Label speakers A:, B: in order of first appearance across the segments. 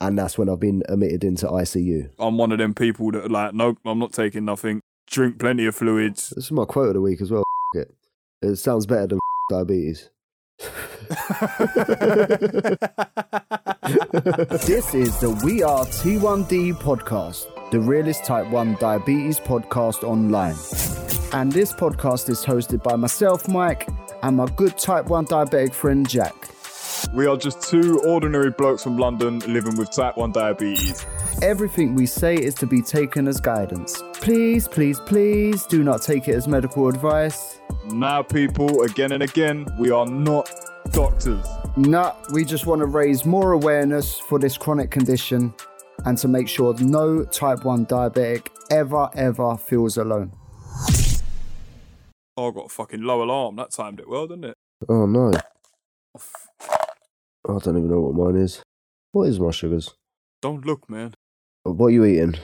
A: and that's when I've been admitted into ICU.
B: I'm one of them people that are like, nope, I'm not taking nothing. Drink plenty of fluids.
A: This is my quote of the week as well. F- it. It sounds better than f- diabetes. this is the We Are T1D podcast, the realest type 1 diabetes podcast online. And this podcast is hosted by myself, Mike, and my good type 1 diabetic friend, Jack.
B: We are just two ordinary blokes from London living with type 1 diabetes.
A: Everything we say is to be taken as guidance. Please, please, please do not take it as medical advice.
B: Now, people, again and again, we are not doctors.
A: Nah, we just want to raise more awareness for this chronic condition and to make sure no type 1 diabetic ever, ever feels alone.
B: Oh, I got a fucking low alarm. That timed it well, didn't it?
A: Oh no,
B: Oh, f-
A: I don't even know what mine is. What is my sugars?
B: don't look, man.
A: What are you eating?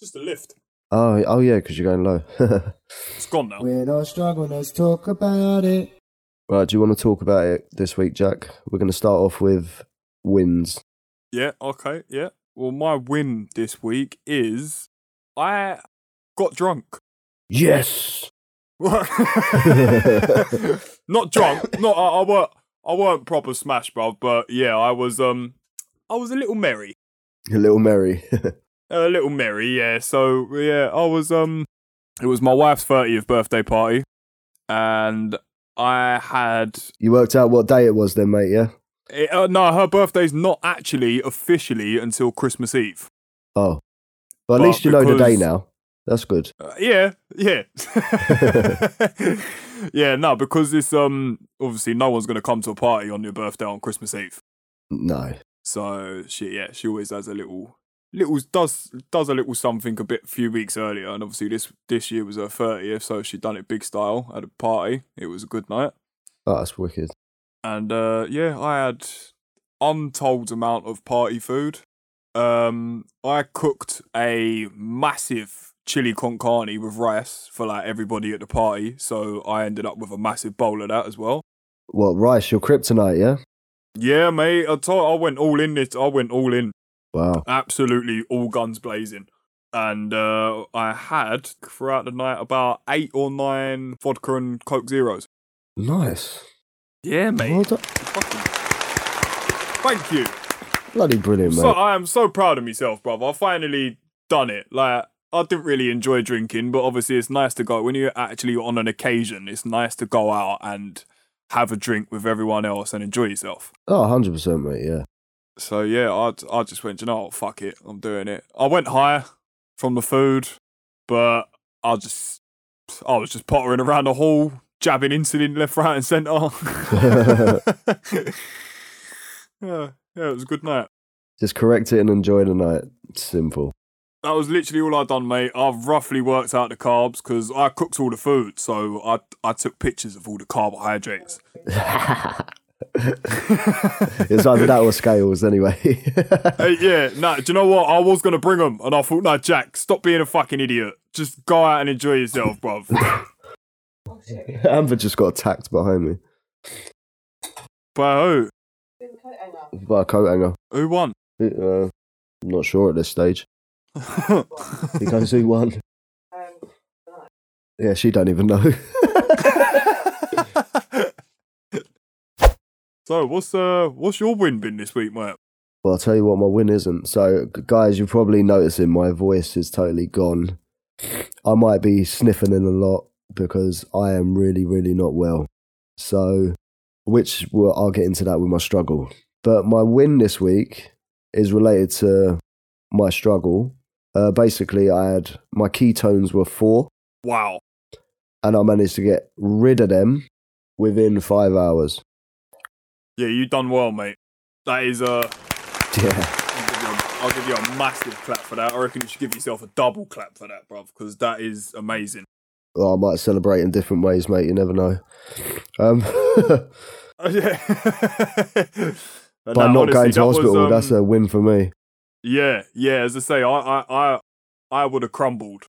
B: Just a lift.
A: Oh, oh yeah, because you're going low.
B: It's gone now.
A: We're not struggling, let's talk about it. Right, do you want to talk about it this week, Jack? We're going to start off with wins.
B: Yeah, okay, yeah. Well, my win this week is I got drunk.
A: Yes!
B: not drunk. Not I, I weren't I weren't proper smash, bruv, but yeah, I was um I was a little merry.
A: A little merry.
B: A little merry, yeah. So yeah, I was um it was my wife's 30th birthday party and I had
A: you worked out what day it was then, mate, yeah?
B: it, uh, no, her birthday's not actually officially until Christmas Eve.
A: Oh. But at
B: But
A: least you know the day
B: because-
A: now. That's good.
B: Uh, yeah, yeah, yeah. No, because it's um obviously no one's gonna come to a party on your birthday on Christmas Eve.
A: No.
B: So she yeah, she always has a little little does does a little something a bit few weeks earlier, and obviously this this year was her thirtieth, so she done it big style at a party. It was a good night,
A: Oh, that's wicked.
B: and uh yeah, I had untold amount of party food. Um, I cooked a massive chili con carne with rice for like everybody at the party, so I ended up with a massive bowl of that as well.
A: What, Rice, your kryptonite, yeah?
B: Yeah, mate, I told, I went all in this. I went all in.
A: Wow.
B: absolutely all guns blazing. And uh, I had throughout the night about eight or nine vodka and Coke Zeros.
A: Nice.
B: Yeah,
A: Well done.
B: Thank you.
A: Bloody brilliant, mate.
B: So I am so proud of myself, brother. I finally done it. Like I didn't really enjoy drinking, but obviously it's nice to go when you're actually on an occasion. It's nice to go out and have a drink with everyone else and enjoy yourself.
A: oh, 100%, mate, yeah.
B: So yeah, I I just went, "Do you know, what? fuck it, I'm doing it. I went higher from the food, but I just I was just pottering around the hall, jabbing insulin left, right, and centre. yeah, yeah, it was a good night.
A: Just correct it and enjoy the night. Simple.
B: That was literally all I done, mate. I've roughly worked out the carbs because I cooked all the food, so I I took pictures of all the carbohydrates.
A: It's either that or scales, anyway.
B: Hey, yeah, nah, do you know what? I was going to bring them, and I thought, nah, Jack, stop being a fucking idiot. Just go out and enjoy yourself, bruv.
A: Amber just got attacked behind me
B: By who?
A: by a coat hanger.
B: Who won?
A: Uh, I'm not sure at this stage. He goes, who won? Yeah, she don't even know.
B: so what's uh what's your win been this week, mate?
A: Well, I'll tell you what, my win isn't. So, g- guys, you're probably noticing my voice is totally gone. I might be sniffing in a lot because I am really, really not well. So, which well, I'll get into that with my struggle. But my win this week is related to my struggle. Uh, basically, I had my ketones were four,
B: Wow.
A: and I managed to get rid of them within five hours.
B: Yeah, you done well, mate. That is uh
A: Yeah,
B: I'll give, you a, I'll give you a massive clap for that. I reckon you should give yourself a double clap for that, bruv, because that is amazing.
A: well, I might celebrate in different ways, mate. You never know. Um,
B: Oh, yeah. But
A: by
B: nah,
A: not
B: honestly,
A: going to
B: that was,
A: hospital.
B: um,
A: that's a win for me.
B: Yeah, yeah. As I say, I, I, I, I would have crumbled,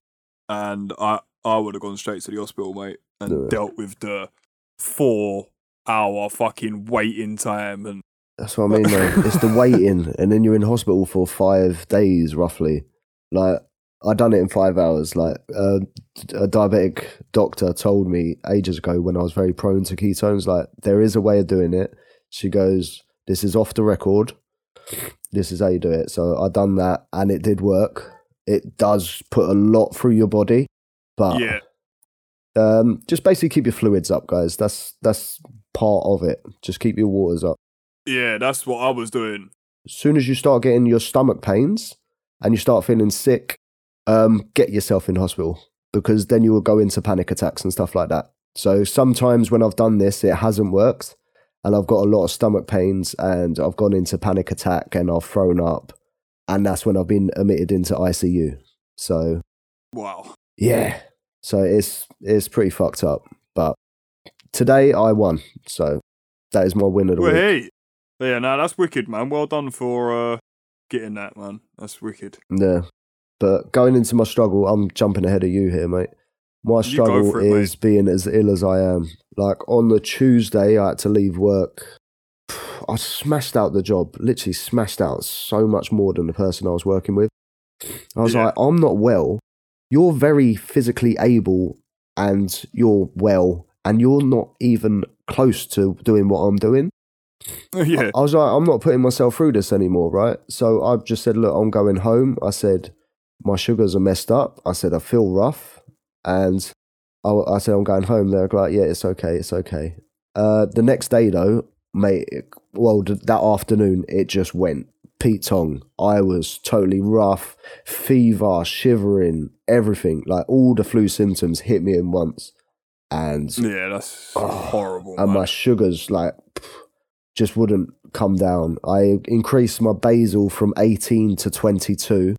B: and I, I would have gone straight to the hospital, mate, and
A: Yeah.
B: dealt with the four-hour fucking waiting time, and
A: That's what I mean, though. it's the waiting, and then you're in hospital for five days, roughly. Like, I done it in five hours. Like, uh, a diabetic doctor told me ages ago when I was very prone to ketones, like, there is a way of doing it. She goes, This is off the record. This is how you do it. So I done that, and it did work. It does put a lot through your body, but
B: yeah,
A: um, just basically keep your fluids up, guys. That's that's part of it. Just keep your waters up.
B: yeah, that's what I was doing.
A: As soon as you start getting your stomach pains and you start feeling sick, um, get yourself in hospital because then you will go into panic attacks and stuff like that. So sometimes when I've done this, it hasn't worked, and I've got a lot of stomach pains and I've gone into panic attack and I've thrown up, and that's when I've been admitted into ICU. So
B: Wow.
A: yeah. So it's it's pretty fucked up. But today I won. So that is my win of the
B: Well,
A: week.
B: hey. Yeah, no, that's wicked, man. Well done for uh, getting that, man. That's wicked.
A: Yeah. But going into my struggle, I'm jumping ahead of you here, mate. My
B: You go
A: struggle
B: for it, mate.
A: is being as ill as I am. Like on the Tuesday, I had to leave work. I smashed out the job, literally smashed out so much more than the person I was working with. I was
B: Yeah.
A: like, I'm not well. You're very physically able and you're well, and you're not even close to doing what I'm doing.
B: yeah,
A: I was like, I'm not putting myself through this anymore, right? So I just said, look, I'm going home. I said, my sugars are messed up. I said, I feel rough. And I, I said, I'm going home. They're like, yeah, it's okay. It's okay. Uh, the next day, though, mate, it- well, th- that afternoon, it just went. Pete Tong, I was totally rough, fever, shivering, everything. Like all the flu symptoms hit me in once. And
B: yeah, that's
A: Oh,
B: horrible.
A: and
B: man.
A: my sugars like pff, just wouldn't come down. I increased my basal from 18 to 22.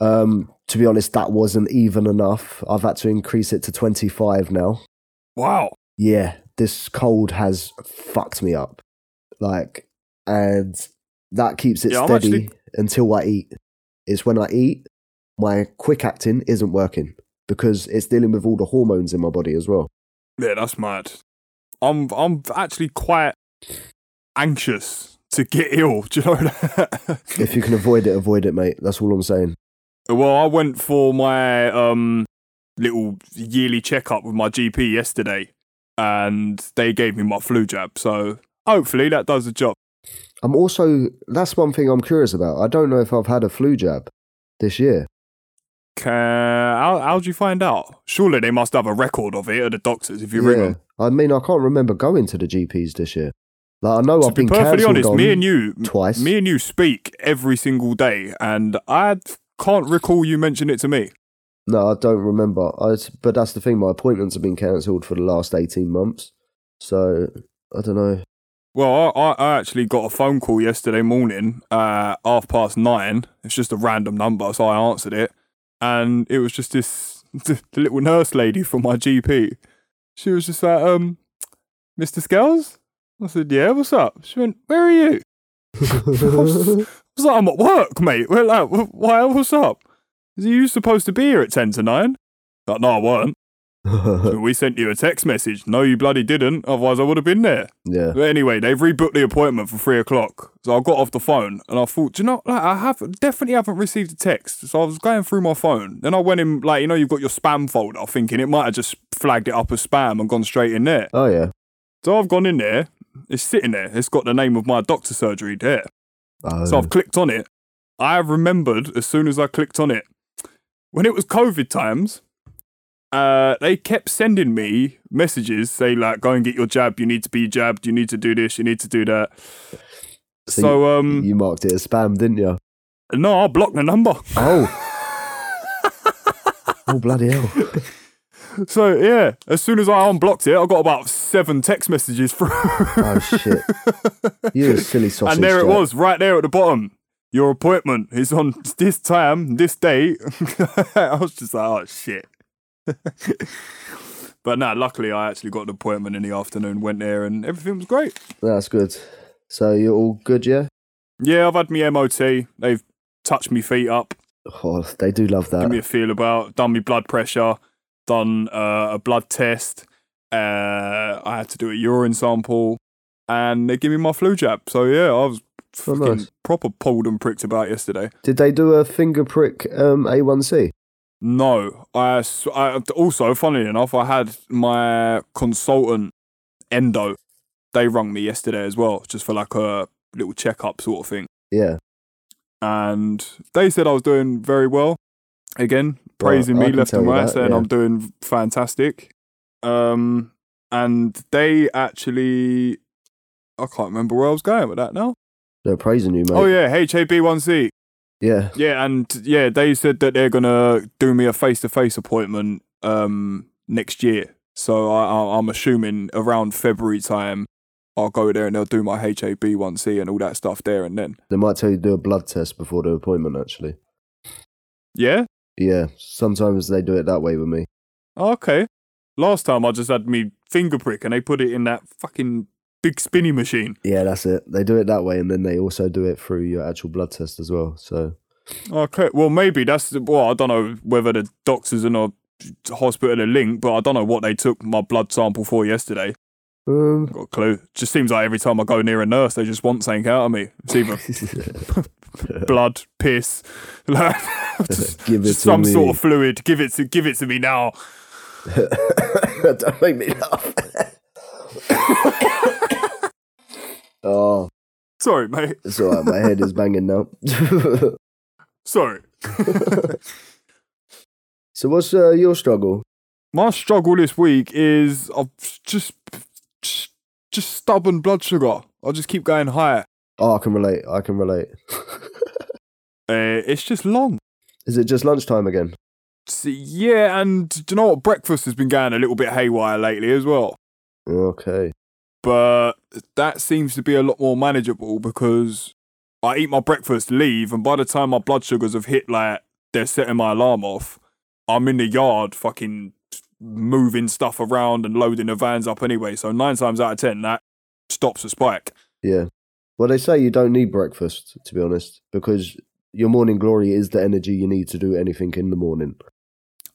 A: Um, to be honest, that wasn't even enough. I've had to increase it to 25 now.
B: Wow.
A: Yeah, this cold has fucked me up. Like, and that keeps it
B: Yeah, I'm
A: steady
B: actually-
A: until I eat. It's when I eat, my quick acting isn't working because it's dealing with all the hormones in my body as well.
B: Yeah, that's mad. I'm I'm actually quite anxious to get ill. Do you know that?
A: If you can avoid it, avoid it, mate. That's all I'm saying.
B: well, I went for my um little yearly checkup with my GP yesterday, and they gave me my flu jab. So hopefully that does the job.
A: I'm also that's one thing I'm curious about. I don't know if I've had a flu jab this year.
B: Ca how how'd you find out? Surely they must have a record of it at the doctors if you ring 'em. ring them.
A: I mean, I can't remember going to the GPs this year. Like I know
B: To
A: I've
B: be
A: been
B: perfectly
A: cancelled
B: honest,
A: on
B: me and you,
A: twice.
B: me and you speak every single day, and I can't recall you mention it to me.
A: no, I don't remember. I, s- but that's the thing. My appointments have been cancelled for the last eighteen months. So I don't know.
B: Well, I, I I actually got a phone call yesterday morning, uh, half past nine. It's just a random number, so I answered it, and it was just this the little nurse lady from my GP. She was just like, "Um, Mr. Scales." I said, "Yeah, what's up?" She went, "Where are you?" I was like, "I'm at work, mate." We're like, "Wh- "Why? What's up?" Is you supposed to be here at ten to nine? Like, no, I weren't. We sent you a text message. No, you bloody didn't. Otherwise, I would have been there.
A: yeah,
B: But anyway, they've rebooked the appointment for three o'clock. So I got off the phone and I thought, Do you know, like I have definitely haven't received a text. So I was going through my phone. Then I went in, like you know, you've got your spam folder, thinking it might have just flagged it up as spam and gone straight in there.
A: oh yeah.
B: So I've gone in there. It's sitting there. It's got the name of my doctor surgery there.
A: Oh,
B: So I've clicked on it. I have remembered as soon as I clicked on it. When it was COVID times, uh, they kept sending me messages say like, go and get your jab, you need to be jabbed, you need to do this, you need to do that. So,
A: So
B: um
A: you marked it as spam, didn't you?
B: no, I blocked the number.
A: Oh, oh bloody hell!
B: So yeah, as soon as I unblocked it, I got about seven text messages through.
A: Oh shit! You silly sausage.
B: and there it
A: Jack.
B: was, right there at the bottom. Your appointment is on this time, this date. I was just like, oh shit. but nah, luckily I actually got an appointment in the afternoon, went there and everything was great.
A: That's good. So you're all good, yeah?
B: Yeah, I've had my MOT. They've touched me feet up,
A: Oh, they do love that.
B: give me a feel about, done me blood pressure, done uh, a blood test. Uh, I had to do a urine sample and they give me my flu jab. So yeah, I was
A: Oh,
B: fucking
A: nice.
B: proper pulled and pricked about yesterday.
A: Did they do a finger prick um, A1C?
B: No, I, s- I- also funnily enough, I had my consultant Endo. They rung me yesterday as well, just for like a little checkup sort of thing,
A: Yeah.
B: and they said I was doing very well. Again,
A: Right,
B: praising
A: I
B: me
A: can
B: left
A: tell
B: and
A: you
B: right,
A: that,
B: saying
A: yeah.
B: I'm doing fantastic. Um, and they actually, I can't remember where I was going with that now.
A: They're praising you, mate.
B: Oh yeah, HAB1C.
A: Yeah.
B: Yeah, and yeah, they said that they're gonna do me a face to face appointment um next year. So I, I, I'm assuming around February time, I'll go there and they'll do my HAB1C and all that stuff there and then.
A: They might tell you to do a blood test before the appointment, actually.
B: Yeah.
A: Yeah. Sometimes they do it that way with me.
B: Okay. Last time I just had me finger prick and they put it in that fucking big spinny machine.
A: Yeah, that's it. They do it that way, and then they also do it through your actual blood test as well. So,
B: Okay. Well, maybe that's the- well. I don't know whether the doctors in a hospital are linked, but I don't know what they took my blood sample for yesterday.
A: um,
B: Got a clue. Just seems like every time I go near a nurse, they just want something out of me. It's either blood, piss, like, just-
A: Give it
B: just
A: to
B: some
A: me.
B: sort of fluid. Give it to give it to me now.
A: Don't make me laugh. oh,
B: Sorry, mate.
A: it's all right. My head is banging now.
B: Sorry.
A: so, what's uh, your struggle?
B: My struggle this week is I've just just, just stubborn blood sugar. I just keep going higher.
A: Oh, I can relate. I can relate.
B: Uh, it's just long.
A: Is it just lunchtime again?
B: So, yeah, and do you know what? Breakfast has been going a little bit haywire lately as well.
A: Okay.
B: but that seems to be a lot more manageable because I eat my breakfast, leave, and by the time my blood sugars have hit like they're setting my alarm off, I'm in the yard fucking moving stuff around and loading the vans up anyway. So nine times out of ten, that stops a spike.
A: Yeah. Well, they say you don't need breakfast, to be honest, because your morning glory is the energy you need to do anything in the morning.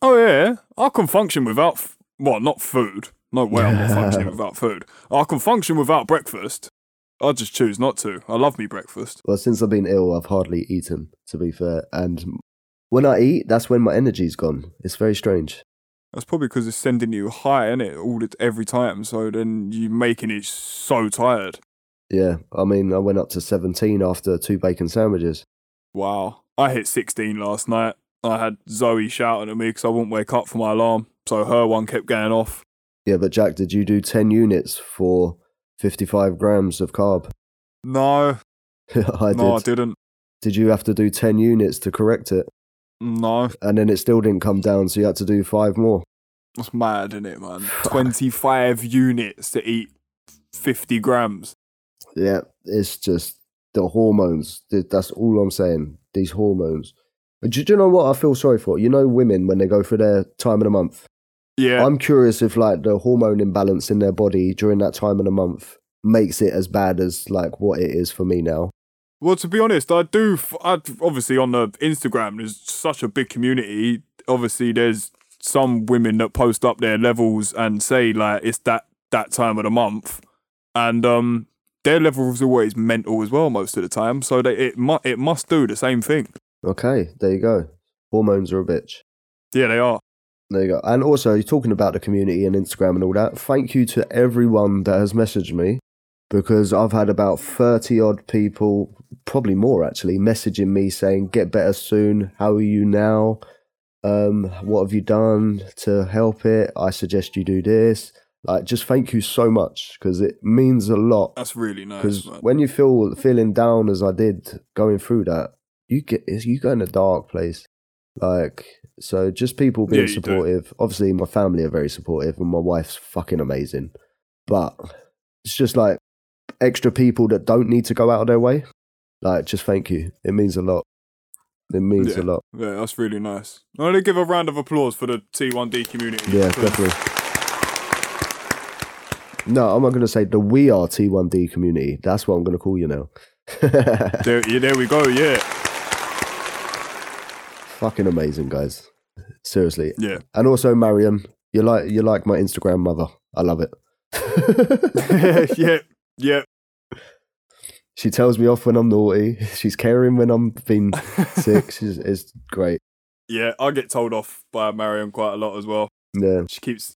B: Oh yeah, I can function without f- well, not food. No way, I'm not functioning without food. I can function without breakfast. I just choose not to. I love me breakfast.
A: Well, since I've been ill, I've hardly eaten, to be fair. And when I eat, that's when my energy's gone. It's very strange.
B: That's probably because it's sending you high, innit, it? All the, every time. So then you're making it so tired.
A: Yeah. I mean, I went up to 17 after two bacon sandwiches.
B: Wow. I hit 16 last night. I had Zoe shouting at me because I wouldn't wake up for my alarm. So her one kept going off.
A: Yeah, but Jack, did you do 10 units for 55 grams of carb?
B: No,
A: I
B: no,
A: did.
B: I didn't.
A: Did you have to do 10 units to correct it?
B: No,
A: And then it still didn't come down, so you had to do five more.
B: that's mad, isn't it, man? 25 units to eat 50 grams.
A: Yeah, it's just the hormones. Th- That's all I'm saying. These hormones. But do, do you know what I feel sorry for? You know, women when they go through their time of the month.
B: Yeah.
A: I'm curious if like the hormone imbalance in their body during that time of the month makes it as bad as like what it is for me now.
B: Well, to be honest, I do. F- I obviously on the Instagram, there's such a big community. Obviously, there's some women that post up their levels and say like it's that that time of the month, and um, their levels are always mental as well most of the time. So they, it mu- it must do the same thing.
A: Okay, there you go. Hormones are a bitch.
B: Yeah, they are.
A: There you go. And also, you're talking about the community and Instagram and all that. Thank you to everyone that has messaged me because I've had about 30 odd people, probably more actually, messaging me saying, get better soon. How are you now? Um, what have you done to help it? I suggest you do this. Like, just thank you so much because it means a lot.
B: That's really nice.
A: Because
B: Man.
A: when you feel feeling down as I did going through that, you get it's- you go in a dark place. Like so, just people being
B: Yeah, you do.
A: supportive. Obviously, my family are very supportive, and my wife's fucking amazing. But it's just like extra people that don't need to go out of their way. Like, just thank you. It means a lot. It means a
B: Yeah.
A: lot.
B: Yeah, that's really nice. I want to give a round of applause for the T1D community.
A: Yeah,
B: because-
A: definitely. No, I'm not going to say the We Are T1D community. That's what I'm going to call you now.
B: There, yeah, there we go. Yeah,
A: fucking amazing, guys. Seriously.
B: yeah.
A: And also, Mariam, you like you like my Instagram mother. I love it.
B: yeah, yeah.
A: She tells me off when I'm naughty. She's caring when I'm being sick. She's, it's great.
B: Yeah, I get told off by Marion quite a lot as well.
A: Yeah.
B: She keeps,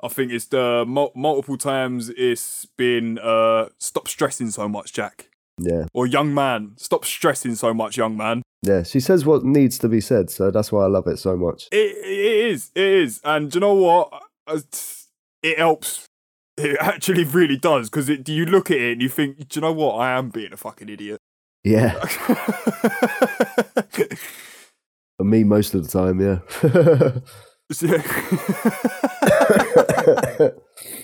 B: I think it's the mul- multiple times it's been, uh, stop stressing so much, Jack.
A: Yeah.
B: Or young man, stop stressing so much, young man.
A: Yeah. She says what needs to be said. So that's why I love it so much.
B: It, it is, it is. And do you know what? Uh, t- It helps. It actually really does because you look at it and you think, do you know what? I am being a fucking idiot.
A: Yeah. For me, most of the time. Yeah.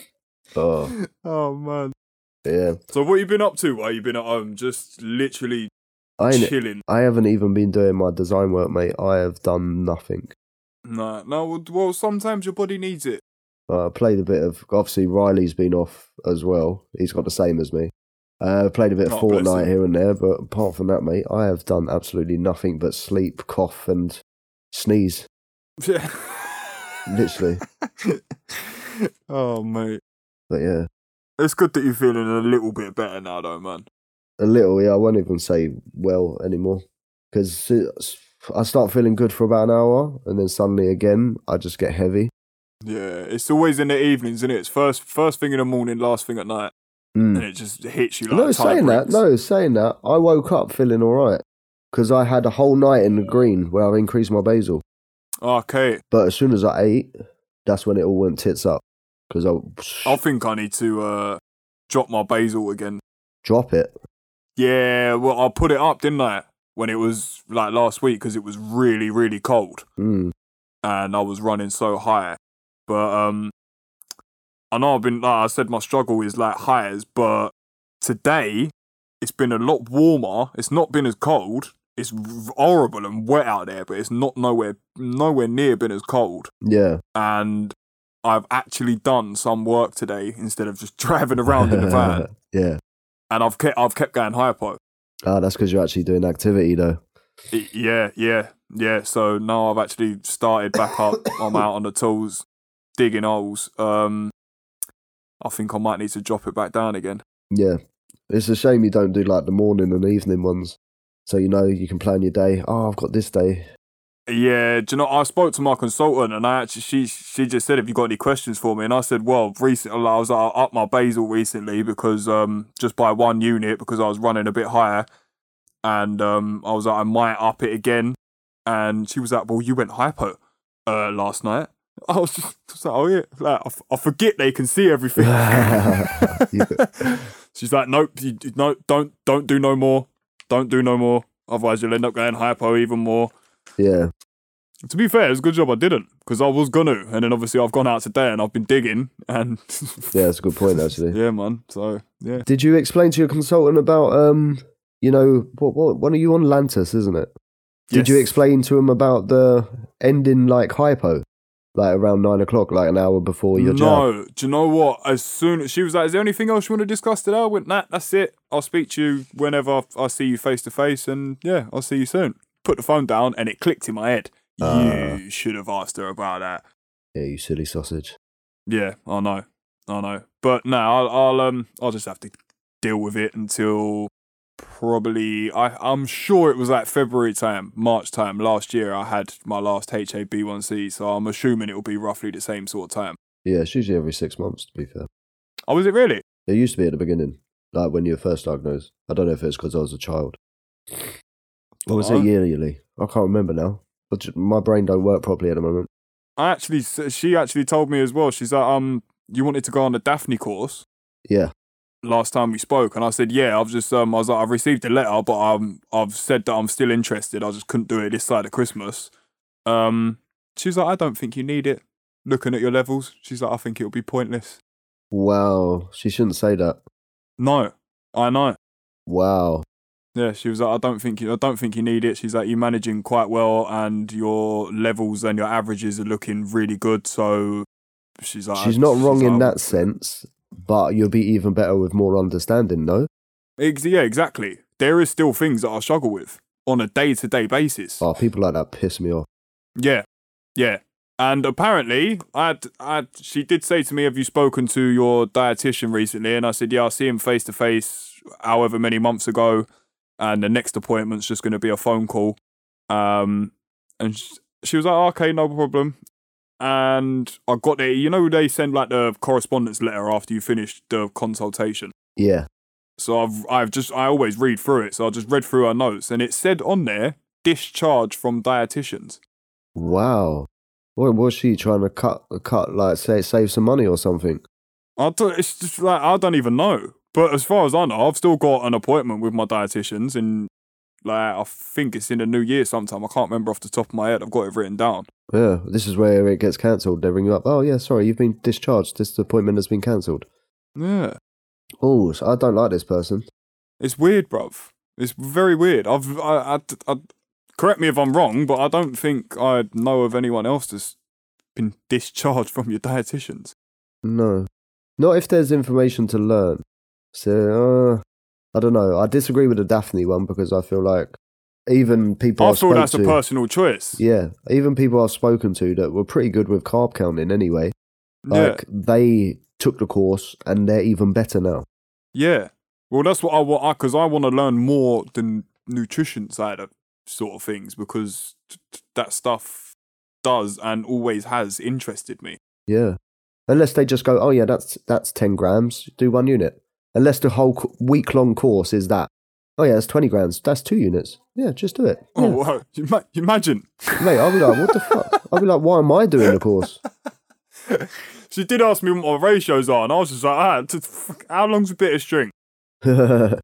A: oh,
B: oh man.
A: yeah.
B: So what you been up to while you've been at home? Just literally
A: I, ain't-
B: chilling.
A: I haven't even been doing my design work, mate. I have done nothing.
B: Nah, no, well, well, sometimes your body needs it.
A: Uh, played a bit of obviously Riley's been off as well. He's got the same as me. Uh, played a bit of
B: Oh, bless
A: Fortnite
B: him.
A: here and there, but apart from that, mate, I have done absolutely nothing but sleep, cough, and sneeze.
B: Yeah.
A: Literally.
B: oh mate,
A: but yeah,
B: it's good that you're feeling a little bit better now, though, man.
A: a little. Yeah, I won't even say well anymore because I start feeling good for about an hour, and then suddenly again, I just get heavy.
B: Yeah, it's always in the evenings, isn't it? It's first first thing in the morning, last thing at night,
A: Mm.
B: and it just hits you like.
A: No,
B: a ton of
A: saying that,
B: bricks.
A: no, saying that, I woke up feeling all right because I had a whole night in the green where I increased my basal.
B: Okay,
A: But as soon as I ate, that's when it all went tits up because I
B: I think I need to uh drop my basil again.
A: drop it.
B: Yeah, well, I put it up, didn't I? When it was like last week, because it was really, really cold.
A: Mm.
B: and I was running so high. But um, I know I've been like I said, my struggle is like highs, but today it's been a lot warmer. It's not been as cold. It's r- horrible and wet out there, but it's not nowhere nowhere near been as cold.
A: Yeah,
B: And I've actually done some work today instead of just driving around in the van.
A: yeah.
B: And I've kept I've kept going hypo.
A: Ah, that's because you're actually doing activity though.
B: Y- Yeah, yeah, yeah. So now I've actually started back up. I'm out on the tools, digging holes. Um, I think I might need to drop it back down again.
A: Yeah, it's a shame you don't do like the morning and evening ones, so you know you can plan your day. Oh, I've got this day.
B: Yeah, do you know? I spoke to my consultant, and I actually she she just said, "Have you got any questions for me?" And I said, "Well, recently I was like, I up my basal recently because um just by one unit because I was running a bit higher, and um I was like I might up it again." And she was like, "Well, you went hypo uh last night." I was just I was like, "Oh yeah," like I, f- I forget they can see everything. She's like, "Nope, you, you- no, don't don't do no more, don't do no more, otherwise you'll end up going hypo even more."
A: Yeah,
B: To be fair, it's a good job I didn't because I was gonna, and then obviously I've gone out today and I've been digging and
A: yeah, that's a good point actually.
B: yeah, man. So yeah,
A: Did you explain to your consultant about um, you know, what what what are you on Lantus, isn't it? Did you
B: Yes.
A: explain to him about the ending like hypo, like around nine o'clock, like an hour before your job?
B: no, do you know what? As soon as she was like, "Is there anything else you want to discuss today?" I went, "Nah, that's it. I'll speak to you whenever I, I see you face to face, and yeah, I'll see you soon." Put the phone down, and it clicked in my head.
A: Ah.
B: you should have asked her about that.
A: Yeah, you silly sausage.
B: Yeah, I know, I know. But no, I'll, I'll um, I'll just have to deal with it until probably. I I'm sure it was like February time, March time last year. I had my last HAB1C, so I'm assuming it will be roughly the same sort of time.
A: Yeah, it's usually every six months, to be fair.
B: Oh, is it really?
A: It used to be at the beginning, like when you were first diagnosed. I don't know if it's because I was a child. Or was
B: Oh.
A: it yearly? I can't remember now. But j- my brain don't work properly at the moment.
B: I actually, s- she actually told me as well. She's like, um, you wanted to go on the Daphne course
A: Yeah,
B: last time we spoke, and I said, yeah, I've just um, I was like, I've received a letter, but um, I've said that I'm still interested. I just couldn't do it this side of Christmas. Um, she's like, I don't think you need it. Looking at your levels, she's like, I think it'll be pointless.
A: wow. She shouldn't say that.
B: No, I know.
A: Wow.
B: Yeah, she was like, I don't think you, I don't think you need it. She's like, you're managing quite well, and your levels and your averages are looking really good. So she's like,
A: She's not wrong in
B: like,
A: that sense, but you'll be even better with more understanding, no?
B: Ex- yeah, exactly. There is still things that I struggle with on a day to day basis.
A: Oh, people like that piss me off.
B: Yeah, yeah. And apparently, I had, I had, she did say to me, "Have you spoken to your dietitian recently?" And I said, "Yeah, I see him face to face, however many months ago, and the next appointment's just going to be a phone call." Um, and she, she was like, oh, "Okay, no problem." And I got the, you know, they send like the correspondence letter after you finish the consultation.
A: Yeah.
B: So I've, I've just, I always read through it. So I just read through her notes, and it said on there, "Discharge from dietitians."
A: Wow. What was she trying to cut? Cut like say save some money or something?
B: I don't, it's just like I don't even know. But as far as I know, I've still got an appointment with my dietitians, and like I think it's in the new year sometime. I can't remember off the top of my head. I've got it written down.
A: Yeah. This is where it gets cancelled. They ring you up. Oh yeah, sorry, you've been discharged. This appointment has been cancelled.
B: Yeah,
A: Oh, so I don't like this person.
B: it's weird, bruv. It's very weird. I've I, I, I correct me if I'm wrong, but I don't think I know of anyone else that's been discharged from your dietitians.
A: No. Not if there's information to learn. So uh, I don't know. I disagree with the Daphne one because I feel like even people
B: I
A: I've
B: feel
A: spoken
B: that's a
A: to-
B: personal choice.
A: Yeah, even people I've spoken to that were pretty good with carb counting anyway.
B: yeah.
A: Like they took the course and they're even better now.
B: Yeah. Well, that's what I want because I want to learn more than nutrition side of sort of things because t- t- that stuff does and always has interested me.
A: Yeah. Unless they just go, oh yeah, that's that's ten grams. Do one unit. Unless the whole week long course is that. Oh yeah, that's twenty grams. That's two units. Yeah, just do it.
B: Oh,
A: Yeah.
B: wow. You ma- you imagine.
A: Mate, I'll be like, what the fuck? I'll be like, why am I doing the course?
B: She did ask me what my ratios are, and I was just like, ah, t- fuck, how long's a bit of string?
A: yeah,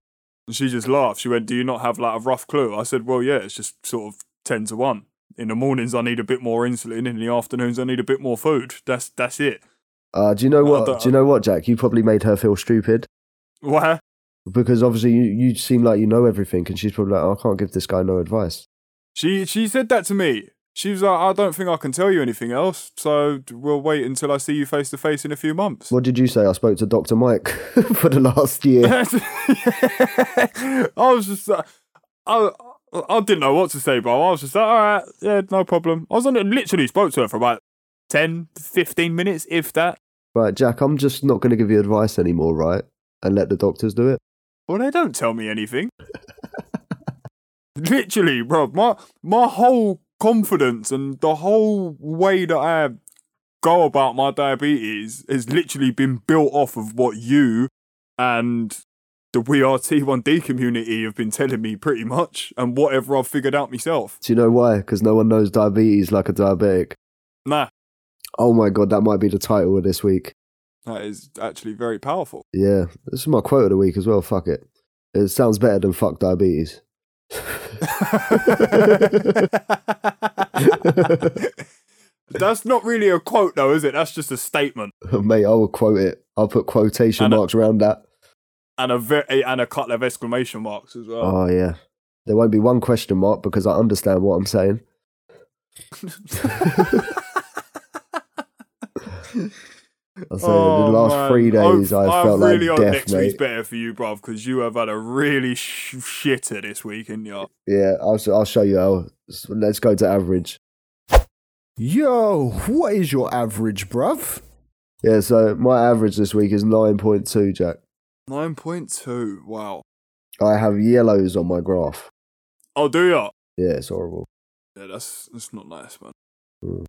B: And she just laughed. She went, Do you not have like a rough clue? I said, Well, yeah, it's just sort of 10 to 1. In the mornings, I need a bit more insulin. In the afternoons, I need a bit more food. That's that's it.
A: Uh, do you know
B: Well
A: what?
B: done.
A: do you know what, Jack? You probably made her feel stupid
B: Why?
A: because obviously you, you seem like you know everything, and she's probably like, oh, I can't give this guy no advice.
B: She she said that to me. She was like, I don't think I can tell you anything else, so we'll wait until I see you face to face in a few months.
A: What did you say? I spoke to Doctor Mike for the last year.
B: I was just, uh, I, I didn't know what to say, bro. I was just like, all right, yeah, no problem. I was on it, literally spoke to her for about 10, 15 minutes, if that.
A: right, Jack. I'm just not going to give you advice anymore, right? And let the doctors do it.
B: Well, they don't tell me anything. Literally, bro, my my whole confidence and the whole way that I go about my diabetes has literally been built off of what you and the We Are T1D community have been telling me pretty much, and whatever I've figured out myself.
A: Do you know why? Because no one knows diabetes like a diabetic.
B: Nah,
A: Oh my god, that might be the title of this week.
B: that is actually very powerful.
A: Yeah, this is my quote of the week as well. Fuck it. It sounds better than fuck diabetes.
B: That's not really a quote, though, is it? That's just a statement.
A: Mate, I will quote it. I'll put quotation
B: And, uh,
A: marks around that.
B: and a ver- and a couple of exclamation marks as well.
A: Oh yeah. There won't be one question mark because I understand what I'm saying. Uh, I say the last
B: Oh, man.
A: three days
B: I've-
A: i felt
B: I really
A: like
B: hope
A: death,
B: next
A: mate.
B: week's better for you, bruv, because you have had a really sh- shitter this week, in your.
A: Yeah, I'll, s- I'll show you how. S- Let's go to average.
C: Yo, what is your average, bruv?
A: Yeah, so my average this week is 9.2, Jack.
B: Nine point two. Wow.
A: I have yellows on my graph.
B: Oh, do ya?
A: Yeah, it's horrible.
B: Yeah, that's that's not nice, man.
A: Mm.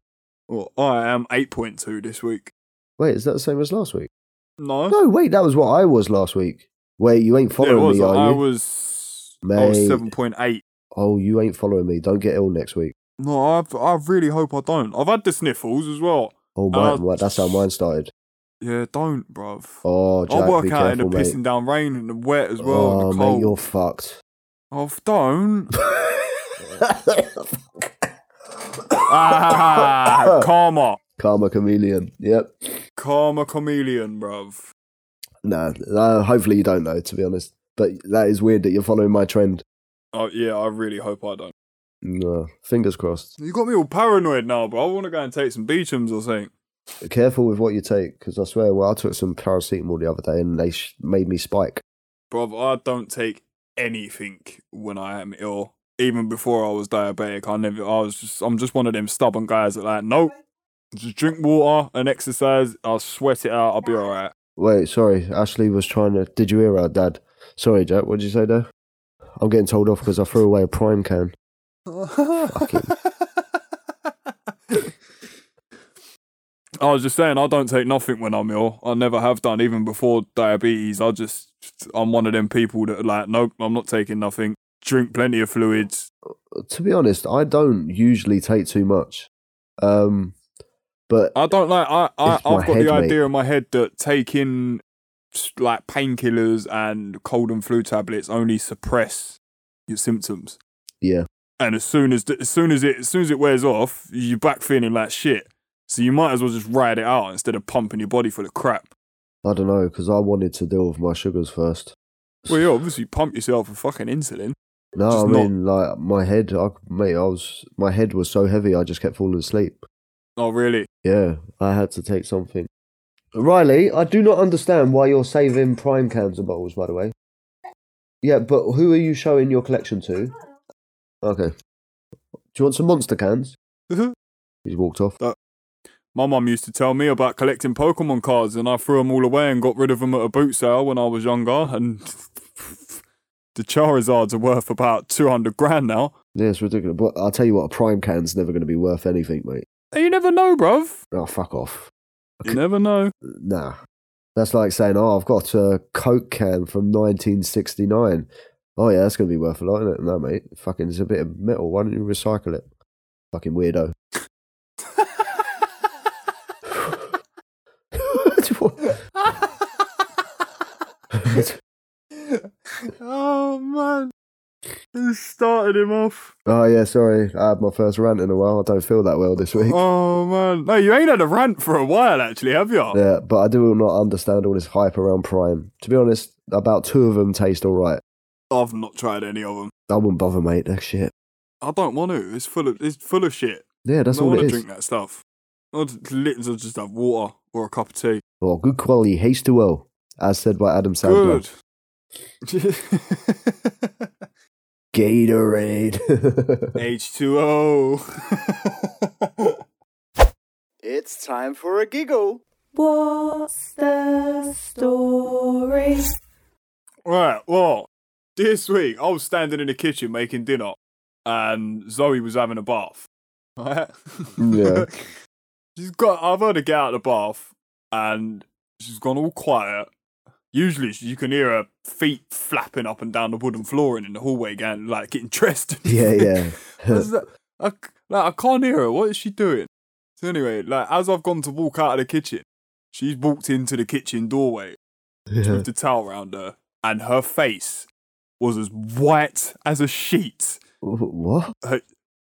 B: Well, I am eight point two this week.
A: Wait, is that the same as last week?
B: No.
A: No, wait, that was what I was last week. Wait, you ain't
B: yeah, it
A: following
B: was.
A: me, are
B: I
A: you?
B: was. I was
A: Mate.
B: seven point eight.
A: Oh, you ain't following me. Don't get ill next week.
B: No, I I really hope I don't. I've had the sniffles as well.
A: Oh, my,
B: Uh,
A: my- that's how mine started.
B: Yeah, don't, bruv.
A: Oh, Jack,
B: I
A: be
B: work out in
A: careful,
B: the
A: mate.
B: pissing down rain and the wet as well.
A: oh,
B: and the
A: mate,
B: cold.
A: you're fucked.
B: Oh, don't. ah, karma.
A: Karma chameleon. Yep.
B: Karma chameleon, bruv.
A: Nah, uh, hopefully you don't know, to be honest. But that is weird that you're following my trend.
B: Oh, yeah, I really hope I don't.
A: No, fingers crossed.
B: You got me all paranoid now, bro. I want to go and take some Beechams or something.
A: Careful with what you take, because I swear, well, I took some paracetamol the other day and they sh- made me spike.
B: Bruv, I don't take anything when I am ill. Even before I was diabetic, I never, I was just, I'm just one of them stubborn guys that, like, nope, Just drink water and exercise. I'll sweat it out. I'll be all right.
A: Wait, sorry. Ashley was trying to. Did you hear her, Dad? Sorry, Jack. What did you say there? I'm getting told off because I threw away a prime can.
B: I was just saying, I don't take nothing when I'm ill. I never have done, even before diabetes. I just, I'm one of them people that are like, nope, I'm not taking nothing. Drink plenty of fluids.
A: To be honest, I don't usually take too much. Um, but
B: I don't like. I, I
A: It's my
B: I've got
A: head,
B: the
A: mate.
B: idea in my head that taking s- like painkillers and cold and flu tablets only suppress your symptoms.
A: yeah,
B: And as soon as as soon as it as soon as it wears off, you're back feeling like shit. So you might as well just ride it out instead of pumping your body full of crap.
A: I don't know because I wanted to deal with my sugars first.
B: Well, you obviously pump yourself with fucking insulin.
A: No,
B: Just
A: I
B: not-
A: mean like my head. I, mate, I was my head was so heavy I just kept falling asleep.
B: Oh, really?
A: Yeah, I had to take something. Riley, I do not understand why you're saving prime cans and bottles. By the way, yeah, but who are you showing your collection to? Okay, do you want some monster cans? He's walked off.
B: My mum used to tell me about collecting Pokemon cards, and I threw them all away and got rid of them at a boot sale when I was younger. And the Charizards are worth about two hundred grand now.
A: Yeah, it's ridiculous. But I'll tell you what, a prime can's never going to be worth anything, mate.
B: You never know, bruv.
A: Oh, fuck off.
B: You never know.
A: Nah. That's like saying, oh, I've got a Coke can from 1969. Oh, yeah, that's going to be worth a lot, isn't it? No, mate. Fucking, it's a bit of metal. Why don't you recycle it? Fucking weirdo.
B: oh man, you started him off.
A: oh, yeah, sorry. I had my first rant in a while. I don't feel that well this week.
B: Oh man, no, you ain't had a rant for a while, actually, have you?
A: Yeah, but I do not understand all this hype around Prime. To be honest, about two of them taste all right.
B: I've not tried any of them.
A: I wouldn't bother, mate. That shit.
B: I don't want to. It's full of it's full of shit.
A: Yeah, that's
B: I don't
A: all
B: want
A: it
B: to
A: is.
B: drink that stuff. I'll just, I'll just have water or a cup of tea.
A: Well, good quality H2O, as said by Adam Sandler.
B: Good.
A: Gatorade.
B: H2O.
C: It's time for a giggle.
D: What's the story?
B: right, well, this week I was standing in the kitchen making dinner and Zoe was having a bath. Right?
A: Yeah.
B: she's got, I've heard her get out of the bath and she's gone all quiet. Usually she- you can hear her feet flapping up and down the wooden flooring in the hallway, going, like getting dressed.
A: yeah, yeah.
B: What's that? I, c- like, I can't hear her. What is she doing? So anyway, like as I've gone to walk out of the kitchen, she's walked into the kitchen doorway
A: yeah.
B: with the towel round her, and her face was as white as a sheet.
A: What?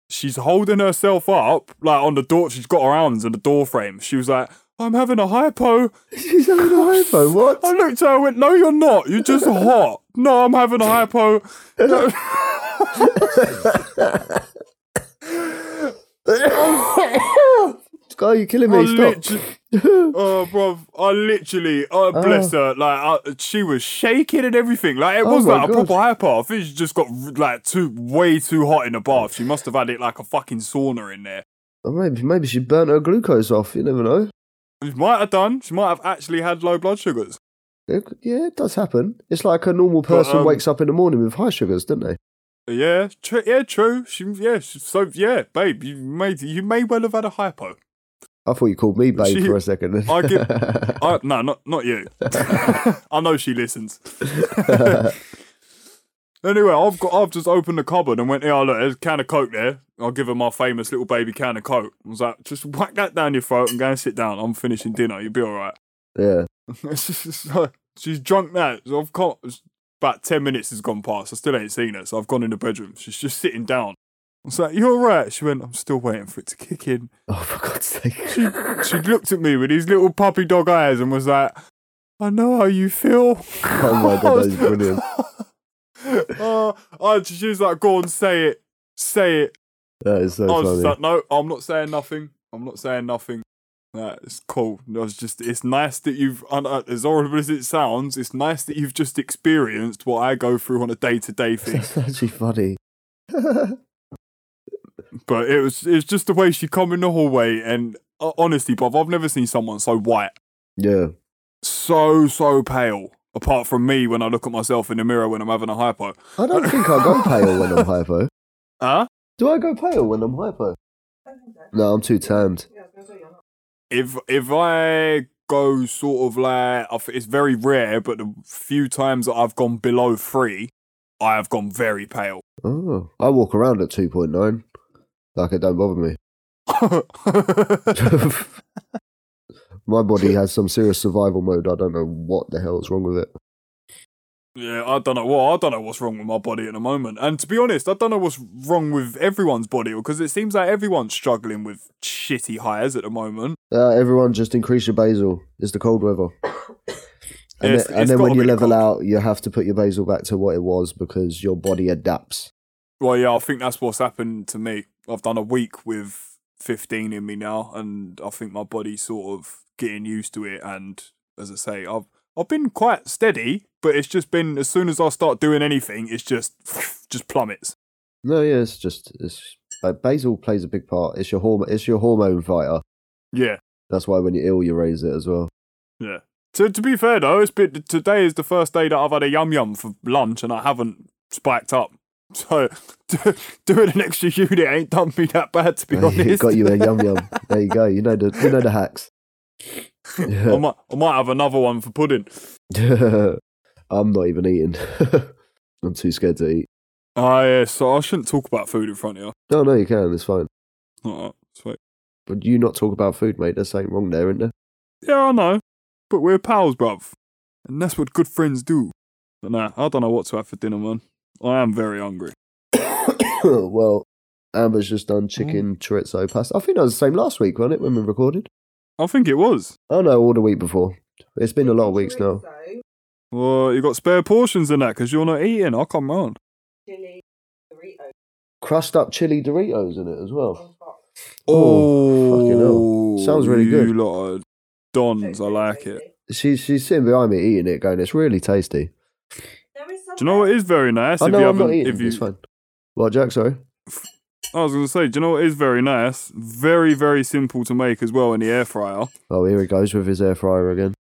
B: She's holding herself up, like on the door. She's got her hands on the door frame. She was like, "I'm having a hypo."
A: She's having an iPhone. What?
B: I looked at her, and went, "No, you're not. You're just hot." No, I'm having a hypo. No.
A: Guy, you're killing
B: I
A: me. Stop.
B: literally- Oh, bro! I literally, oh, bless her. Like, I, she was shaking and everything. Like, it
A: Oh
B: was
A: my
B: like a
A: God.
B: proper hyper. I think she just got like too, way too hot in the bath. She must have had it like a fucking sauna in there.
A: Or Oh, maybe, maybe she burnt her glucose off. You never know.
B: She might have done. She might have actually had low blood sugars.
A: It, could- yeah, it does happen. It's like a normal person
B: um,
A: wakes up in the morning with high sugars, don't they?
B: Yeah, tr- yeah, true. She, yeah, she- so yeah, babe, you may, you may well have had a hypo.
A: I thought you called me babe
B: She-
A: for a second.
B: I give- I, no, not not you. I know she listens. anyway, I've got I've just opened the cupboard and went, yeah, look, there's a can of coke there. I'll give her my famous little baby can of coke. I was like, just whack that down your throat and go and sit down. I'm finishing dinner. You'll be all right.
A: yeah.
B: So, She's drunk now. So I've got about ten minutes has gone past. I still ain't seen her, so I've gone in the bedroom. She's just sitting down. I was like, you're all right. She went, I'm still waiting for it to kick in.
A: Oh, for God's sake.
B: She, she looked at me with these little puppy dog eyes and was like, I know how you feel.
A: Oh my God, that is brilliant.
B: Uh, I, she was like, go on, say it, say it.
A: That is so
B: I was
A: funny.
B: just like, Oh, no, I'm not saying nothing. I'm not saying nothing. Nah, it's cool. I was just, it's nice that you've, un- uh, as horrible as it sounds, it's nice that you've just experienced what I go through on a day to day thing.
A: That's actually funny.
B: But it was, it was just the way she come in the hallway and uh, honestly, bruv, I've never seen someone so white,
A: Yeah.
B: so so pale. Apart from me, when I look at myself in the mirror when I'm having a hypo.
A: I don't think I go pale when I'm hypo.
B: Huh?
A: Do I go pale when I'm hypo? No, I'm too tanned.
B: If if I go sort of like, I th- it's very rare, but the few times that I've gone below three, I have gone very pale.
A: Oh, I walk around at 2.9. Like it don't bother me. My body has some serious survival mode. I don't know what the hell is wrong with it.
B: Yeah, I don't know what I don't know what's wrong with my body at the moment. And to be honest, I don't know what's wrong with everyone's body because it seems like everyone's struggling with shitty highs at the moment.
A: Uh, everyone, just increase your basal. It's the cold weather. And,
B: It's-
A: then, and
B: it's
A: then
B: gotta
A: when you
B: be the
A: level
B: cold.
A: out, you have to put your basal back to what it was because your body adapts.
B: Well, yeah, I think that's what's happened to me. I've done a week with 15 in me now, and I think my body's sort of getting used to it. And as I say, I've I've been quite steady, but it's just been as soon as I start doing anything, it's just just plummets.
A: No, yeah, it's just it's like basal plays a big part. It's your hormone. It's your hormone fighter.
B: Yeah.
A: That's why when you're ill, you raise it as well.
B: Yeah. To to be fair though, it's been, today is the first day that I've had a yum yum for lunch and I haven't spiked up. So doing an extra unit ain't done me that bad to be honest.
A: Got you a yum yum. There you go. You know the you know the hacks.
B: I might I might have another one for pudding.
A: I'm not even eating. I'm too scared to eat.
B: Ah yeah, so I shouldn't talk about food in front of you.
A: No, no, you can. It's fine.
B: Alright, sweet.
A: But you not talk about food, mate. There's something wrong there, isn't there?
B: Yeah, I know. But we're pals, bruv. And that's what good friends do. But nah, I don't know what to have for dinner, man. I am very hungry.
A: well, Amber's just done chicken
B: Mm.
A: chorizo pasta. I think that was the same last week, wasn't it, when we recorded?
B: I think it was.
A: Oh no, all the week before. It's been a lot of weeks now.
B: Well, you got spare portions in that because you're not eating. I'll come round.
A: Crushed up chili Doritos in it as well.
B: Oh,
A: fucking hell. Sounds really good.
B: You lot are dons. mm, I like it.
A: She's she's sitting behind me eating it, going, "It's really tasty."
B: Do you know what is very nice?
A: I
B: if you
A: know Oh, I'm not
B: haven't-
A: eating.
B: if you,
A: It's fine. What, Jack? Sorry.
B: I was gonna say, do you know what is very nice? Very, very simple to make as well in the air fryer.
A: Oh, here he goes with his air fryer again.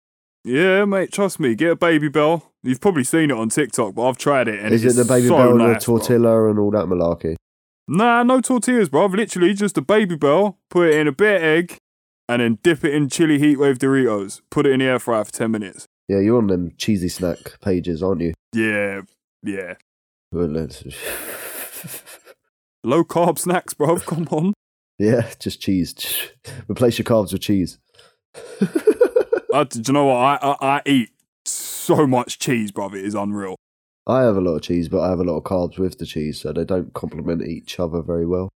B: Yeah, mate, trust me. Get a baby bell. You've probably seen it on TikTok, but I've tried it and
A: is
B: it
A: it the baby
B: so
A: bell and
B: nice,
A: the
B: bro.
A: tortilla and all that malarkey?
B: Nah, no tortillas, bro. I've literally just a baby bell, put it in a bit of egg, and then dip it in chili heatwave Doritos. Put it in the air fryer for ten minutes.
A: Yeah, you're on them cheesy snack pages, aren't you?
B: Yeah, yeah.
A: Well, let's-
B: Low carb snacks, bro. Come on.
A: yeah, just cheese. Replace your carbs with cheese.
B: I, do you know what? I, I I eat so much cheese, bruv. It is unreal.
A: I have a lot of cheese, but I have a lot of carbs with the cheese, so they don't complement each other very well.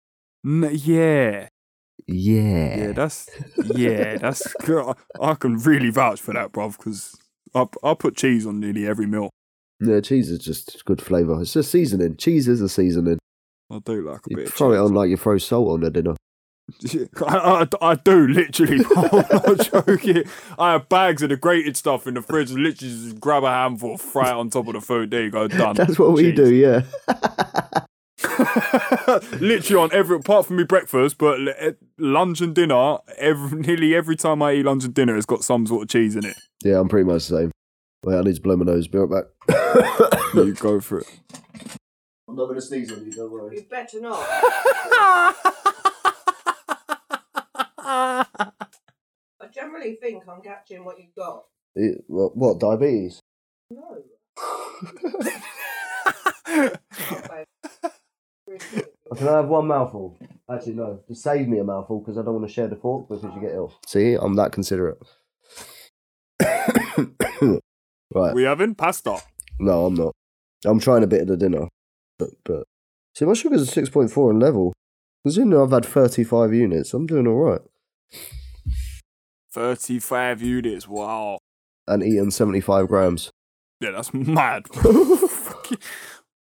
B: N- yeah,
A: Yeah.
B: yeah, that's yeah, that's. I, I can really vouch for that, bruv, because I I put cheese on nearly every meal.
A: Yeah, cheese is just good flavour. It's just seasoning. Cheese is a seasoning.
B: I do like a
A: You
B: bit. of
A: throw it on like you throw salt on a dinner.
B: cheese. I, I, I do literally. bro, I'm not joking. I have bags of the grated stuff in the fridge. Literally, just grab a handful, fry it on top of the food. There you go, done.
A: That's what we
B: Cheese.
A: do, yeah.
B: literally on every apart from me breakfast, but l- eh, lunch and dinner. Every, nearly every time I eat lunch and dinner, it's got some sort of cheese in it.
A: Yeah, I'm pretty much the same. Wait, I need to blow my nose. Be right back.
B: You go for it.
A: I'm not going to sneeze on you, don't worry.
D: better not. I generally think I'm catching what you've got.
A: what, what, diabetes?
D: No.
A: Can I have one mouthful? Actually, no. Just save me a mouthful because I don't want to share the fork because you get ill. See, I'm that considerate. right.
B: we having pasta.
A: No, I'm not. I'm trying a bit of the dinner, but but see, my sugar's a six point four in level. Considering I've had thirty five units, I'm doing all right.
B: Thirty-five units. Wow.
A: And eating seventy five grams.
B: Yeah, that's mad. Fucking-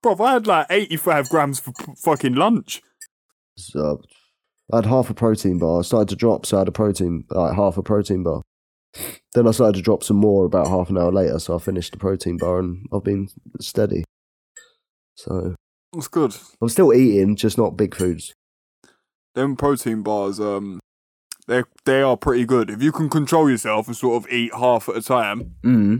B: Bro, I had like eighty-five grams for p- fucking lunch.
A: So uh, I had half a protein bar. I started to drop, so I had a protein, like half a protein bar. Then I started to drop some more about half an hour later, so I finished the protein bar and I've been steady. So
B: That's good.
A: I'm still eating, just not big foods.
B: Them protein bars. Um, They they are pretty good. If you can control yourself and sort of eat half at a time,
A: Mm.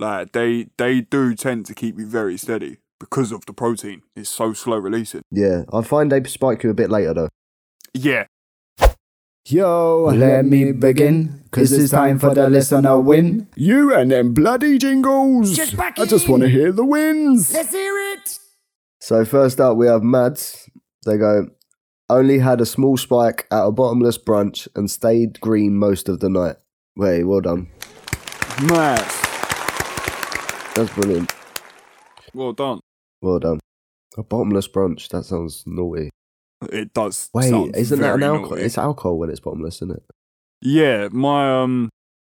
B: like they they do tend to keep you very steady because of the protein. It's so slow releasing.
A: Yeah, I find they spike you a bit later though.
B: Yeah,
C: Yo, let me begin, cause it's time for the listener win. You and them bloody jingles!
E: Just back
C: I just
E: in.
C: want to hear the wins!
E: Let's hear it.
A: So first up, we have Mads. They go only had a small spike at a bottomless brunch and stayed green most of the night. Wait, well done.
B: nice.
A: That's brilliant.
B: Well done.
A: Well done. A bottomless brunch. That sounds naughty.
B: It does.
A: Wait,
B: sound
A: isn't that an
B: very
A: alcohol?
B: naughty.
A: It's alcohol when it's bottomless, isn't it?
B: Yeah, my um,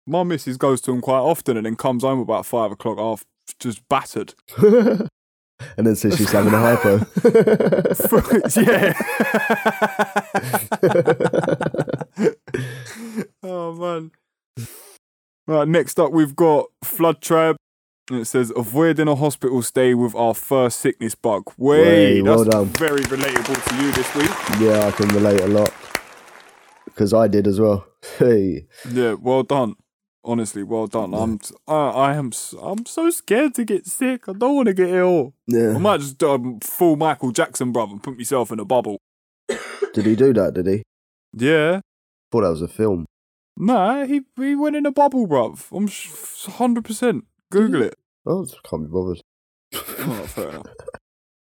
B: my missus goes to them quite often and then comes home about five o'clock half just battered.
A: and then says she's having a hypo.
B: yeah. oh man. Right, next up we've got Flood Trap. And it says avoiding a hospital stay with our first sickness bug. Way,
A: Way, well
B: that's
A: done.
B: very relatable to you this week.
A: yeah, I can relate a lot because I did as well. Hey,
B: Yeah, well done. Honestly, well done. I'm I, I am s- I'm so scared to get sick. I don't want to get ill. I
A: yeah.
B: might just um, fool Michael Jackson, brother, and put myself in a bubble.
A: Did he do that? Did he?
B: Yeah.
A: Thought that was a film.
B: Nah, he he went in a bubble, bruv. I'm sh- 100%. Google it.
A: Oh, can't be bothered.
B: Oh, fair enough.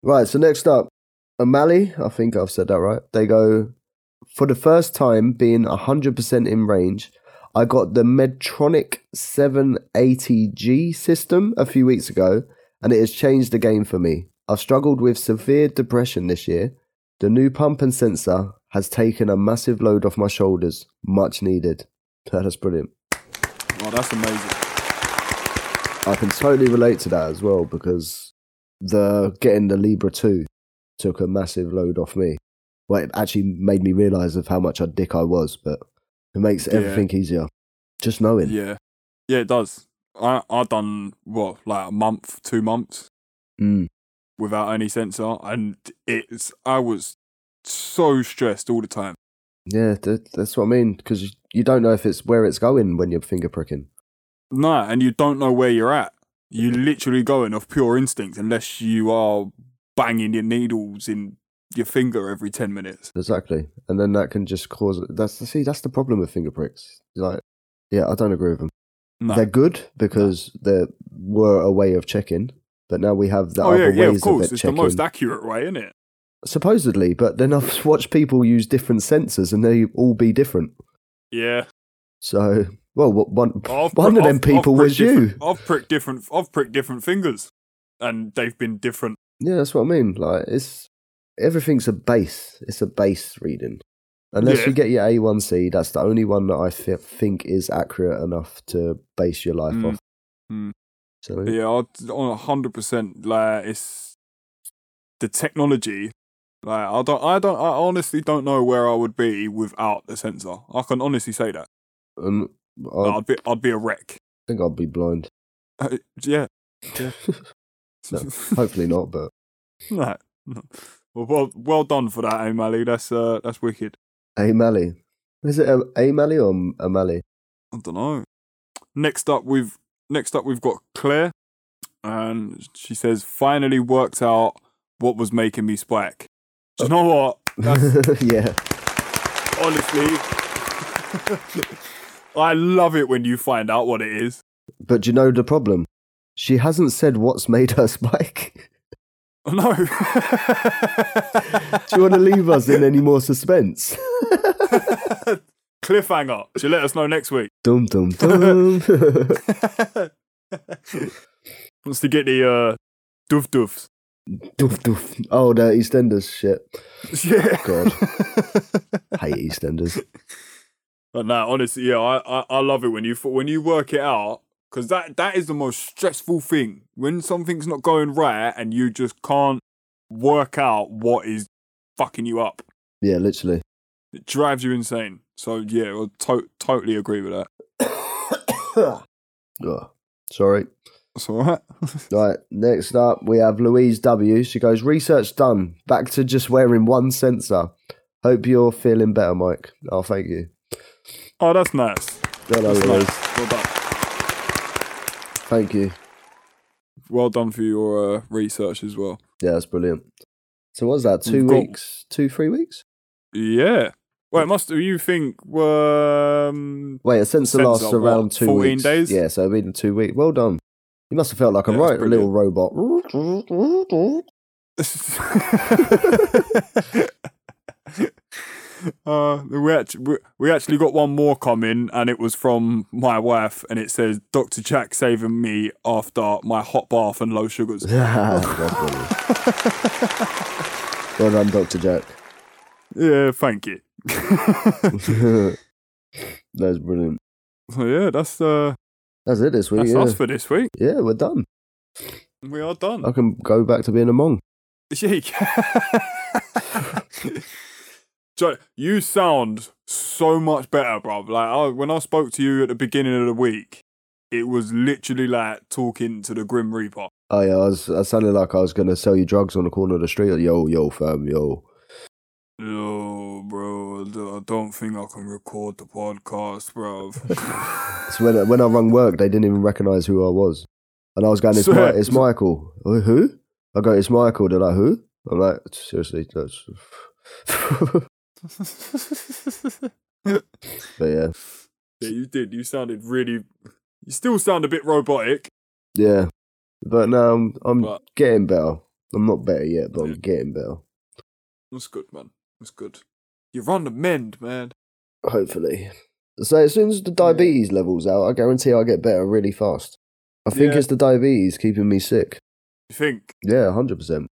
A: Right, so next up, O'Malley, I think I've said that right. They go, for the first time being 100% in range, I got the Medtronic 780G system a few weeks ago, and it has changed the game for me. I've struggled with severe depression this year. The new pump and sensor has taken a massive load off my shoulders, much needed. That's brilliant.
B: Oh, that's amazing.
A: I can totally relate to that as well because the getting the Libra 2 took a massive load off me. Well, it actually made me realize of how much a dick I was, but it makes
B: Yeah.
A: everything easier. Just knowing.
B: Yeah. Yeah, it does. I I done what, like a month, 2 months
A: Mm.
B: without any sensor and it's I was so stressed all the time.
A: Yeah, that, that's what I mean because you don't know if it's where it's going when you're finger pricking.
B: Nah, and you don't know where you're at. You're literally going off pure instinct unless you are banging your needles in your finger every 10 minutes.
A: Exactly. And then that can just cause. That's See, that's the problem with finger pricks. Like, yeah, I don't agree with them.
B: No.
A: They're
B: Ah.
A: good because they were a way of checking, but now we have the
B: oh,
A: other
B: yeah,
A: ways
B: yeah, of course.
A: it
B: It's
A: checking.
B: the most accurate way, isn't it?
A: Supposedly, but then I've watched people use different sensors and they all be different.
B: Yeah.
A: So, well, what- one one
B: I've pri-
A: of them
B: I've- I've
A: people
B: pricked
A: was you.
B: different- I've pricked different. I've pricked different fingers, and they've been different.
A: Yeah, that's what I mean. Like, it's everything's a base. It's a base reading. Unless
B: Yeah.
A: you get your A1C, that's the only one that I thi- think is accurate enough to base your life
B: Mm.
A: off.
B: Mm.
A: So,
B: But yeah, I- on hundred percent. Like it's the technology. Like I don't. I don't. I honestly don't know where I would be without the sensor. I can honestly say that.
A: um, I
B: I'd be. I'd be a wreck. Uh,
A: think I'll be blind.
B: yeah. yeah.
A: No. Hopefully not, but
B: no. no. Well, well, well done for that, O'Malley. That's uh, that's wicked.
A: Amali. Is it a- Amali or Amali?
B: I don't know. Next up, we've next up we've got Claire, and she says finally worked out what was making me spike. Do you know what? That's
A: yeah.
B: honestly, I love it when you find out what it is.
A: But do you know the problem? She hasn't said what's made her spike.
B: No.
A: do you want to leave us in any more suspense?
B: Cliffhanger. She'll let us know next week.
A: dum dum dum.
B: Wants to get the uh, doof doofs.
A: doof doof. Oh, the EastEnders shit.
B: Yeah.
A: God, hate EastEnders.
B: But no, honestly, yeah, I, I, I love it when you when you work it out because that that is the most stressful thing when something's not going right and you just can't work out what is fucking you up.
A: Yeah, literally.
B: It drives you insane. So yeah, I to- totally agree with that.
A: Oh, sorry.
B: That's all right.
A: Right, next up we have Louise W. She goes, Research done. Back to just wearing one sensor. Hope you're feeling better, Mike. Oh, thank you.
B: Oh, that's nice.
A: That I was.
B: That's nice. Well done.
A: Thank you.
B: Well done for your uh, research as well.
A: Yeah, that's brilliant. So what's that? Two
B: We've got-
A: weeks? Two, three weeks?
B: Yeah. Well, it must. You think? Um,
A: Wait, since the
B: Since,
A: last
B: uh, what,
A: around two
B: 14
A: weeks.
B: days?
A: Yeah, so it'd been two weeks. Well done. You must have felt like a
B: Yeah, that's
A: right little robot.
B: uh, we, actually, we, we actually got one more coming, and it was from my wife, and it says Doctor Jack saving me after my hot bath and low sugars.
A: That's brilliant. well done, Doctor Jack.
B: yeah, thank you.
A: That's brilliant.
B: So, yeah, that's uh,
A: That's it this week.
B: that's
A: yeah.
B: us for this week.
A: yeah, we're done.
B: We are done.
A: I can go back to being a monk.
B: Jake. Joe, you sound so much better, bruv. Like I, when I spoke to you at the beginning of the week, it was literally like talking to the Grim Reaper.
A: Oh yeah, I was. I sounded like I was gonna sell you drugs on the corner of the street. Yo, yo, fam, yo.
B: No, bro, I d- I don't think I can record the podcast, bruv.
A: So when when I rung work, they didn't even recognise who I was, and I was going, "It's,
B: So-
A: Mi- it's Michael." "Oh, Who? I go, "It's Michael." They're like, "Who?" I'm like, "Seriously, that's." but yeah,
B: yeah, you did. You sounded really. You still sound a bit robotic.
A: yeah, but now I'm, I'm
B: But-
A: getting better. I'm not better yet, but I'm
B: Yeah.
A: getting better.
B: That's good, man. That's good. You're on the mend, man.
A: Hopefully. So as soon as the diabetes levels out, I guarantee I get better really fast. I think
B: Yeah.
A: it's the diabetes keeping me sick.
B: You think?
A: Yeah, hundred percent.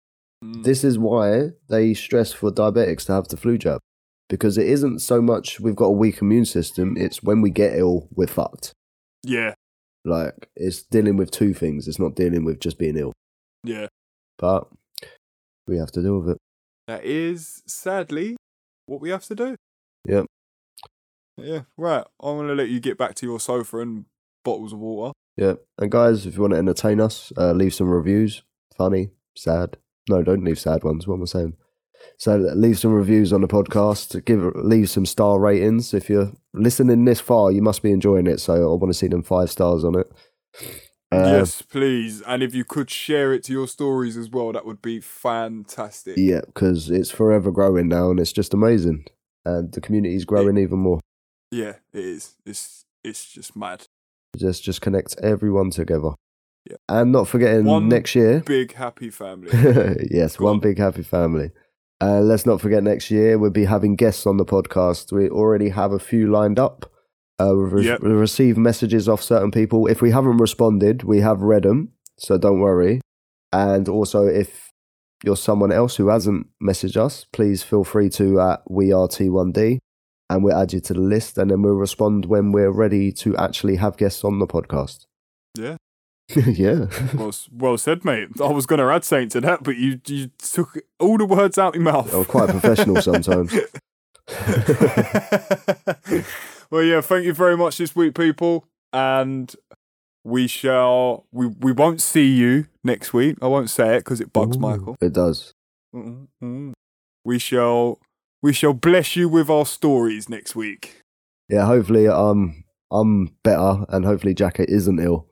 B: Mm.
A: This is why they stress for diabetics to have the flu jab because it isn't so much we've got a weak immune system, it's when we get ill, we're fucked.
B: Yeah,
A: Like, it's dealing with two things, it's not dealing with just being ill.
B: yeah.
A: But we have to deal with it.
B: That is sadly what we have to do.
A: Yep.
B: Yeah, right. I'm going to let you get back to your sofa and bottles of water.
A: Yeah. And guys, if you want to entertain us, uh, leave some reviews. Funny, sad. No, don't leave sad ones. What am I saying? So leave some reviews on the podcast. Give leave some star ratings. If you're listening this far, you must be enjoying it. So I want to see them five stars on it. Uh,
B: yes, please. And if you could share it to your stories as well, that would be fantastic.
A: Yeah, because it's forever growing now, and it's just amazing. And the community is growing even more.
B: Yeah, it is. It's it's just mad.
A: Just just connect everyone together.
B: Yeah.
A: And not forgetting
B: One
A: next year.
B: Big happy family.
A: yes,
B: Go
A: one
B: on.
A: big happy family. Uh, let's not forget next year we'll be having guests on the podcast. We already have a few lined up. Uh, we've re-
B: Yep.
A: we received messages off certain people. If we haven't responded, we have read them, so don't worry. And also, if you're someone else who hasn't messaged us, please feel free to at we are T1D, and we'll add you to the list, and then we'll respond when we're ready to actually have guests on the podcast.
B: Yeah.
A: yeah.
B: well, s- well said, mate. I was going to add something to that, but you you took all the words out of your mouth.
A: I'm quite professional sometimes.
B: well, yeah, thank you very much this week, people, and we shall we we won't see you next week. I won't say it because it bugs
A: Ooh,
B: Michael.
A: It does.
B: Mm, mm. We shall we shall bless you with our stories next week.
A: Yeah, hopefully um I'm better and hopefully Jacket isn't ill.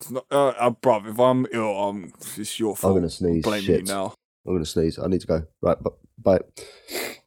B: It's not, uh, uh, bruv, if I'm ill, I'm it's your fault.
A: gonna sneeze,
B: Blame
A: shit.
B: you now.
A: I'm gonna sneeze. I need to go. Right, bu- bye.